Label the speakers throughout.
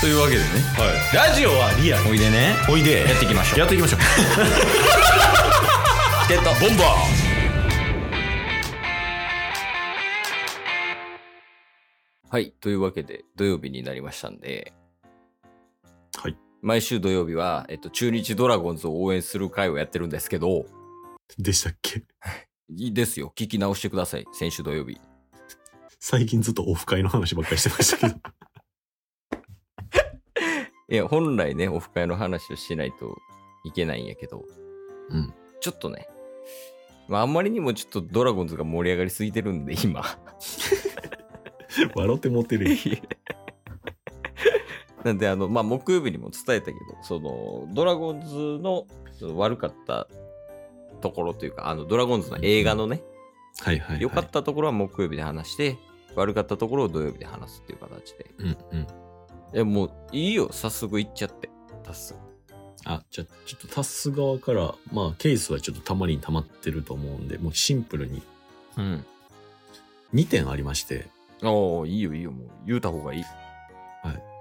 Speaker 1: というわけでね
Speaker 2: ラジオはリアル
Speaker 1: おいでね
Speaker 2: おいで
Speaker 1: やっていきましょう
Speaker 2: やっていきましょう
Speaker 1: チケットボンバーはいというわけで土曜日になりましたんで
Speaker 2: はい
Speaker 1: 毎週土曜日は、えっと、中日ドラゴンズを応援する会をやってるんですけど
Speaker 2: でしたっけ
Speaker 1: いいですよ聞き直してください先週土曜日
Speaker 2: 最近ずっとオフ会の話ばっかりしてましたけど
Speaker 1: いや、本来ね、オフ会の話をしないといけないんやけど、
Speaker 2: うん。
Speaker 1: ちょっとね、まあ、あんまりにもちょっとドラゴンズが盛り上がりすぎてるんで、今。
Speaker 2: 笑って持ってるよ
Speaker 1: なんで、あの、まあ、木曜日にも伝えたけど、その、ドラゴンズのその悪かったところというか、あの、ドラゴンズの映画のね、
Speaker 2: はいはいはい
Speaker 1: 良かったところは木曜日で話して、悪かったところを土曜日で話すっていう形で。
Speaker 2: うんうん
Speaker 1: え、もう、いいよ、早速行っちゃって。タッス
Speaker 2: あじゃあちょっとタス側からまあケースはちょっとたまりにたまってると思うんでもうシンプルに
Speaker 1: うん。
Speaker 2: 2点ありまして
Speaker 1: おーいいよ、いいよ、もう、言うた方がいい。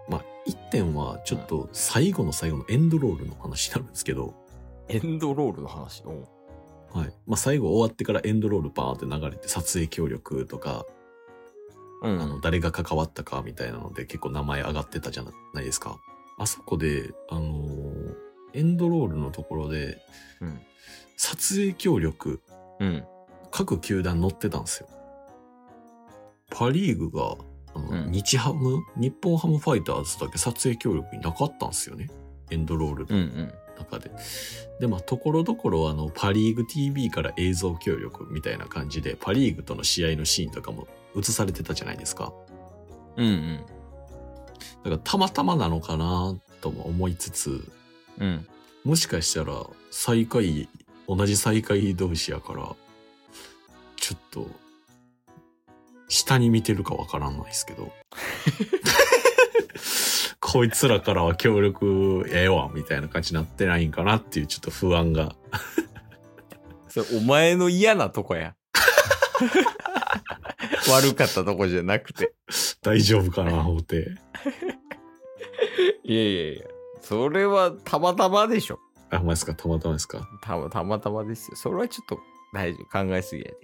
Speaker 2: まあ1点はちょっと最後の最後のエンドロールの話になるんですけど
Speaker 1: エンドロールの話。おう
Speaker 2: はいまあ、最後終わってからエンドロールバーって流れて撮影協力とか、
Speaker 1: うん
Speaker 2: あの誰が関わったかみたいなので結構名前上がってたじゃないですかあそこであのーエンドロールのところで
Speaker 1: うん。
Speaker 2: 撮影協力
Speaker 1: うん。
Speaker 2: 各球団載ってたんですよパ・リーグがあの、
Speaker 1: うん
Speaker 2: 日ハム日本ハムファイターズだけ撮影協力になかったんですよねエンドロール
Speaker 1: う
Speaker 2: の
Speaker 1: ん。
Speaker 2: 中で、でまあところどころあのパ・リーグ TV から映像協力みたいな感じでパ・リーグとの試合のシーンとかも映されてたじゃないですか
Speaker 1: うん。うん。
Speaker 2: だからたまたまなのかなとも思いつつ
Speaker 1: うん。
Speaker 2: もしかしたら最下位同じ最下位同士やからちょっと下に見てるかわからんないですけどこいつらからは協力ええわみたいな感じになってないんかなっていうちょっと不安が
Speaker 1: それ、お前の嫌なとこや。 悪かったとこじゃなくて。
Speaker 2: 大丈夫かな思って。
Speaker 1: いやいやいや。それはたまたまでしょ。
Speaker 2: あ、ほんまですかたまたまですか
Speaker 1: たまたまたまですよ。それはちょっと大丈夫。考えすぎやで。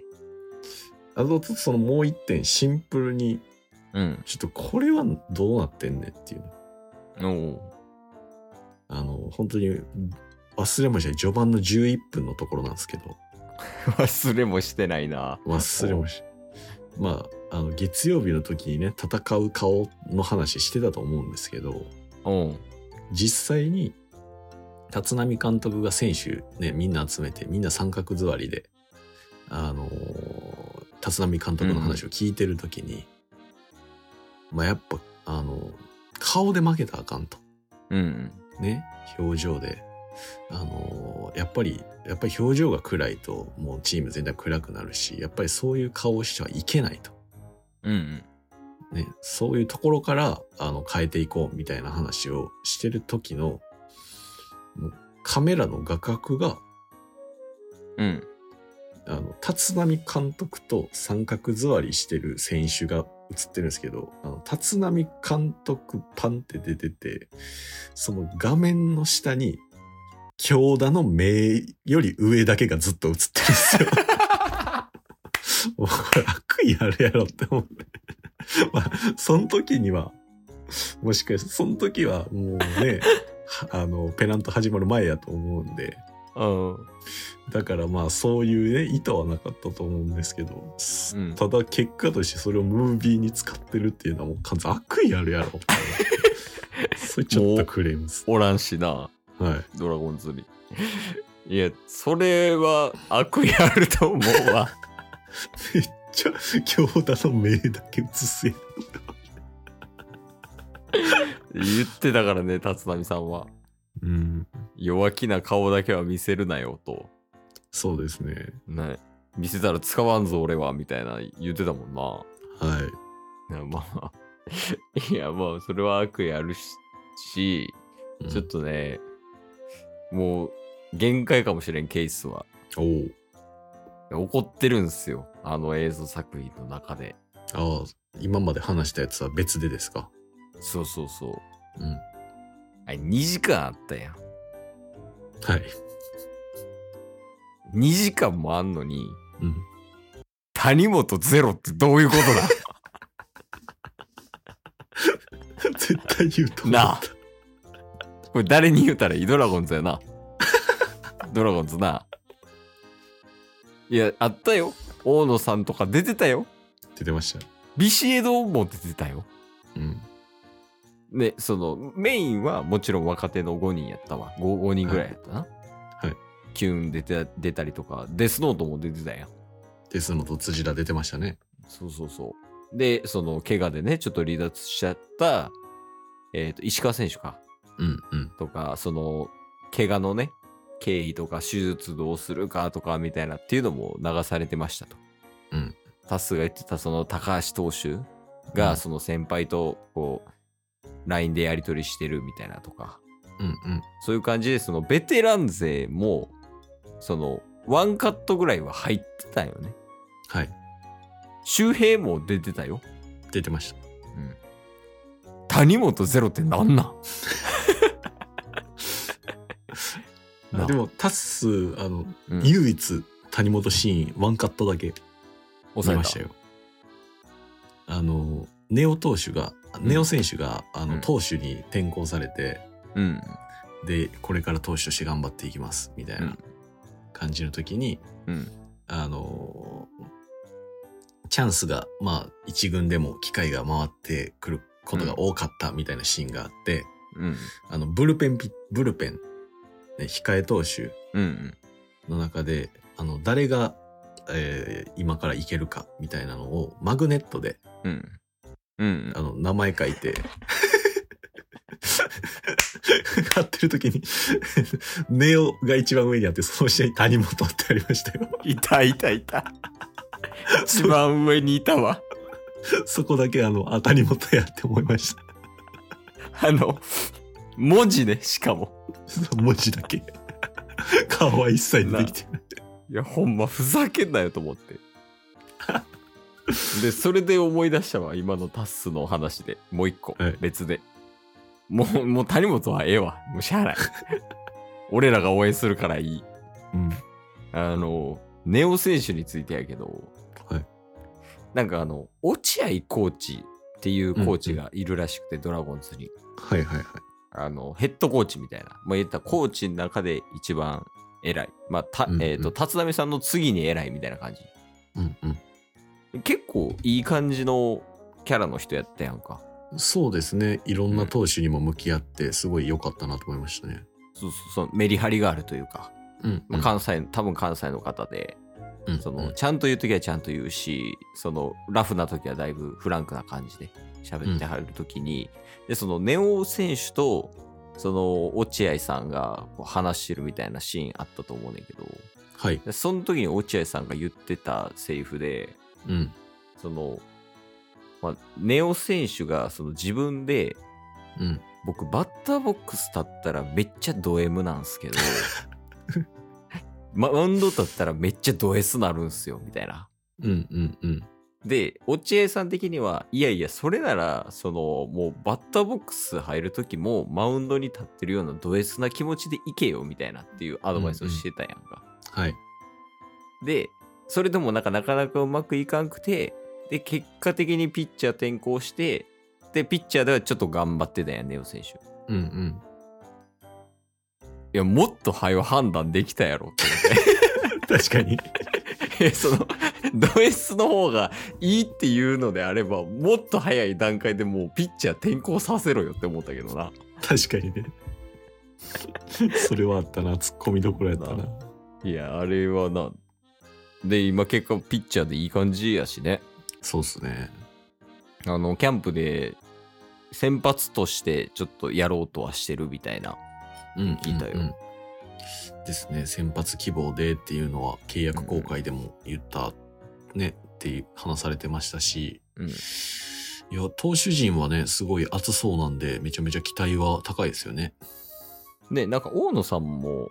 Speaker 2: あと、ちょっとそのもう一点、シンプルに、
Speaker 1: うん。
Speaker 2: ちょっとこれはどうなってんねんっていう。
Speaker 1: おう
Speaker 2: あの、本当に忘れました。序盤の11分のところなんですけど、
Speaker 1: 忘れもしてないな。
Speaker 2: 忘れました。まあ、あの、月曜日の時にね、戦う顔の話してたと思うんですけど、
Speaker 1: おう
Speaker 2: 実際に、立浪監督が選手ね、みんな集めて、みんな三角座りで、あのー立浪監督の話を聞いてるときに、まあやっぱ、あのー顔で負けたらあかんと。
Speaker 1: うん。
Speaker 2: ね、表情で。あのーやっぱり、やっぱり表情が暗いと、もうチーム全体暗くなるし、やっぱりそういう顔をしてはいけないと。
Speaker 1: うん。
Speaker 2: ね、そういうところからあの変えていこうみたいな話をしてる時のもうカメラの画角が
Speaker 1: うん。
Speaker 2: あの立浪監督と三角座りしてる選手が映ってるんですけどあの立浪監督パンって出ててその画面の下に京田の目より上だけがずっと映ってるんですよ。もうこれ悪意あるやろって思うね。まあ、その時には、もしかして、その時はもうね、はあの、ペナント始まる前やと思うんで、
Speaker 1: うん。
Speaker 2: だからまあそういうね、意図はなかったと思うんですけど、す
Speaker 1: うん
Speaker 2: ただ結果としてそれをムービーに使ってるっていうのはもう完全悪意 あるやろって思って。それちょっとクレームです。
Speaker 1: おらんしな。
Speaker 2: はい。
Speaker 1: ドラゴンズに。いや、それは悪意あると思うわ。
Speaker 2: めっちゃ、京田の目だけ映せ。
Speaker 1: 言ってたからね、立浪さんは。
Speaker 2: うん。
Speaker 1: 弱気な顔だけは見せるなよと。
Speaker 2: そうですね。
Speaker 1: ね、見せたら使わんぞ俺は、みたいな言ってたもんな。
Speaker 2: はい。
Speaker 1: いやまあ、 いや、まあ、それは悪意あるし、し
Speaker 2: うん
Speaker 1: ちょっとね、もう、限界かもしれん、ケースは。
Speaker 2: おう
Speaker 1: 怒ってるんすよ。あの映像作品の中で。
Speaker 2: ああ、今まで話したやつは別でですか。
Speaker 1: そうそうそう。
Speaker 2: うん。
Speaker 1: あれ2時間あったやん。
Speaker 2: はい。
Speaker 1: 2時間もあんのに、
Speaker 2: うん。
Speaker 1: 谷本ゼロってどういうことだ
Speaker 2: 絶対言うと思っ
Speaker 1: なあ
Speaker 2: た。。
Speaker 1: これ誰に言うたらいいドラゴンズやな。ドラゴンズな。いや、あったよ。大野さんとか出てたよ。
Speaker 2: 出てました。
Speaker 1: ビシエドも出てたよ。
Speaker 2: うん。
Speaker 1: ね、その、メインはもちろん若手の5人やったわ。5, 5人ぐらいやったな。
Speaker 2: いはい
Speaker 1: キューン出て出たりとか、デスノートも出てたやん。
Speaker 2: ですのと辻田出てましたね。
Speaker 1: そうそうそう。で、その、怪我でね、ちょっと離脱しちゃった、えっ、と、石川選手か。
Speaker 2: うんうん。
Speaker 1: とか、その、怪我のね、経緯とか、手術どうするかとか、みたいなっていうのも流されてましたと。
Speaker 2: うん。
Speaker 1: タスが言ってた、その、高橋投手が、
Speaker 2: うん
Speaker 1: その先輩と、こう、LINE でやり取りしてるみたいなとか、
Speaker 2: うんうん。
Speaker 1: そういう感じで、その、ベテラン勢も、その、ワンカットぐらいは入ってたよね。
Speaker 2: はい。
Speaker 1: 周平も出てたよ。
Speaker 2: 出てました。
Speaker 1: 谷本ゼロってなんなんな
Speaker 2: あ でも、タッス、あの、
Speaker 1: うん
Speaker 2: 唯一、谷本シーン、ワンカットだけ
Speaker 1: 抑
Speaker 2: 見
Speaker 1: え
Speaker 2: ましたよ。あの、ネオ投手が、ネオ選手が、あ
Speaker 1: う
Speaker 2: の、
Speaker 1: ん
Speaker 2: 投手に転向されて、
Speaker 1: うん。
Speaker 2: で、これから投手として頑張っていきます、みたいうなん感じの時に、
Speaker 1: うん。
Speaker 2: あのーチャンスが、まあ、一軍でも機会が回ってくることが多かったみたいなシーンがあって、
Speaker 1: うん。
Speaker 2: あの、ブルペンピ、ブルペン、ね、控え投手
Speaker 1: うん。
Speaker 2: の中で、あの、誰が、えー今からいけるかみたいなのをマグネットで、
Speaker 1: うん。うん。
Speaker 2: あの、名前書いて、 買ってる時に、ネオが一番上にあって、その下に谷本ってありましたよ。
Speaker 1: いたいたいた。一番上にいたわ。
Speaker 2: そこだけあの、あ、谷本やって思いました。
Speaker 1: あの、文字ね、しかも。
Speaker 2: 文字だけ。顔は一切出てきてない。
Speaker 1: いや、ほんま、ふざけんなよと思って。で、それで思い出したわ、今のタッスの話で。もう一個、
Speaker 2: はい
Speaker 1: 別で。もう、もう谷本はええわ。もうしゃあない。俺らが応援するからいい。
Speaker 2: うん。
Speaker 1: あの、ネオ選手についてやけど、
Speaker 2: はい
Speaker 1: なんかあの、落合コーチっていうコーチがいるらしくて、ドラゴンズに。
Speaker 2: はいはいはい。
Speaker 1: あの、ヘッドコーチみたいな。まあ、言ったらコーチの中で一番偉い。まあ、た
Speaker 2: うんうん
Speaker 1: えっ、と、立浪さんの次に偉いみたいな感じ。
Speaker 2: うん
Speaker 1: 結構いい感じのキャラの人やったやんか。
Speaker 2: うん。そうですね。いろんな投手にも向き合って、すごい良かったなと思いましたね。
Speaker 1: そうそうそう、メリハリがあるというか、
Speaker 2: うん、
Speaker 1: まあ、関西、多分関西の方で、
Speaker 2: うん
Speaker 1: そ
Speaker 2: うん
Speaker 1: の、ちゃんと言うときはちゃんと言うし、その、ラフなときはだいぶフランクな感じで喋ってはるときに、で、その、ネオ選手と、その、落合さんがこう話してるみたいなシーンあったと思うねんけど、
Speaker 2: はい。
Speaker 1: でその時に落合さんが言ってたセリフで、
Speaker 2: うん。
Speaker 1: その、まあ、ネオ選手がその自分で、
Speaker 2: うん。
Speaker 1: 僕バッターボックス立ったらめっちゃド M なんすけ どマウンド立ったらめっちゃド S なるんすよみたいな。
Speaker 2: うんうんうん。
Speaker 1: で落合さん的にはいやいやそれならそのもうバッターボックス入る時もマウンドに立ってるようなド S な気持ちでいけよみたいなっていうアドバイスをしてたやんか。
Speaker 2: はい。
Speaker 1: で、それでもなんかなかなかうまくいかんくて、で、結果的にピッチャー転向して、で、ピッチャーではちょっと頑張ってたやん、ネオ選手。い
Speaker 2: うんうん。
Speaker 1: や、もっと早う判断できたやろ って
Speaker 2: 確かに。
Speaker 1: 思って。いやその、ド S の方がいいっていうのであれば、もっと早い段階でもうピッチャー転向させろよって思ったけどな。
Speaker 2: 確かにね。それはあったな。突っ込みどころやったな。
Speaker 1: いや、あれはな。で、今結果ピッチャーでいい感じやしね。
Speaker 2: そうっすね。
Speaker 1: あの、キャンプで先発としてちょっとやろうとはしてるみたいな。
Speaker 2: うん。
Speaker 1: 聞いたよ
Speaker 2: うんうんですね。先発希望でっていうのは契約公開でも言ったねっていう話されてましたし、
Speaker 1: うん
Speaker 2: いや、投手陣はね、すごい熱そうなんで、めちゃめちゃ期待は高いですよね。
Speaker 1: ね、なんか大野さんも、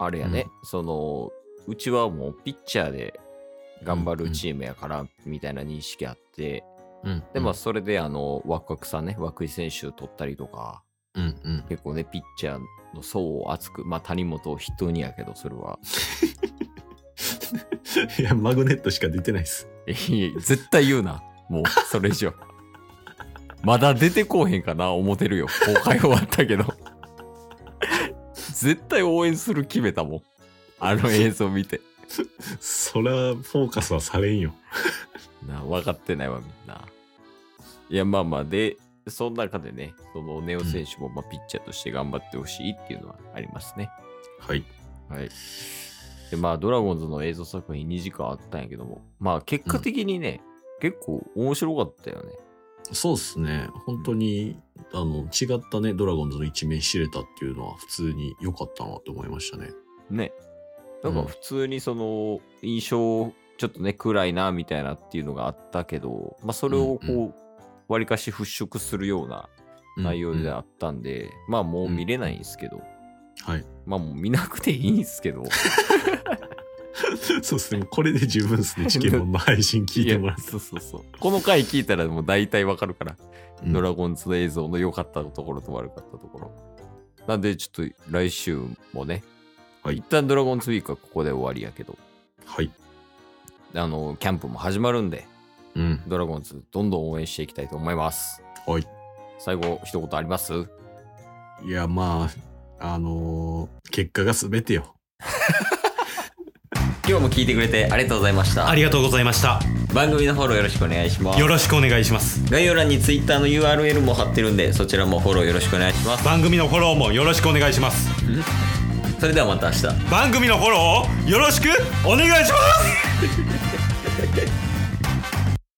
Speaker 1: あれやね、その、うちはもうピッチャーで頑張るチームやから、みたいな認識あって、
Speaker 2: うん。
Speaker 1: で、まあ、それで、あの、ワクワクさんね、涌井選手を取ったりとか、
Speaker 2: うんうん。
Speaker 1: 結構ね、ピッチャーの層を厚く、まあ谷本を筆頭にやけど、それは。
Speaker 2: いや、マグネットしか出てないです。
Speaker 1: えいえ絶対言うな。もう、それ以上。まだ出てこうへんかな、思てるよ。公開終わったけど。絶対応援する決めたもん。あの映像見て。
Speaker 2: そら、フォーカスはされんよ。
Speaker 1: な分かってないわみんないやまあまあでその中でねそのネオ選手もまあピッチャーとして頑張ってほしいっていうのはありますね、
Speaker 2: はい。
Speaker 1: はいでまあドラゴンズの映像作品2時間あったんやけどもまあ結果的にね、結構面白かったよね
Speaker 2: そうですね。本当に、あの、違ったね、ドラゴンズの一面知れたっていうのは、普通に良かったなと思いましたね。
Speaker 1: ねなんか
Speaker 2: うん
Speaker 1: 普通にその印象ちょっとね暗いなみたいなっていうのがあったけどまあそれをこう、
Speaker 2: う
Speaker 1: 割かし払拭するような内容であ
Speaker 2: は。
Speaker 1: ったんで、まあもう見れないんですけど、
Speaker 2: はい。
Speaker 1: まあもう見なくていいんですけど。
Speaker 2: そうですね。もうこれで十分ですね。チケモンの配信 聞いてもらっ
Speaker 1: やそうそうそう。この回聞いたらもう大体わかるから、
Speaker 2: て。うん
Speaker 1: ドラゴンズの映像の良かったところと悪かったところ。なんでちょっと来週もね、
Speaker 2: はい
Speaker 1: 一旦ドラゴンズウィークはここで終わりやけど、
Speaker 2: はい。
Speaker 1: あの、キャンプも始まるんで、
Speaker 2: うん。
Speaker 1: ドラゴンズどんどん応援していきたいと思います。
Speaker 2: はい。
Speaker 1: 最後、一言あります
Speaker 2: いや、まあ、あのー結果が全てよ。
Speaker 1: 今日も聞いてくれてありがとうございました
Speaker 3: あ。りがとうございました。
Speaker 1: 番組のフォローよろしくお願いしま
Speaker 3: よろしくお願いします。
Speaker 1: 概要欄に Twitter の URL も貼ってるんで、そちらもフォローよろしくお願いします。
Speaker 3: 番組のフォローもよろしくお願いします。
Speaker 1: それではまた明日。
Speaker 3: 番組のフォローをよろしくお願いします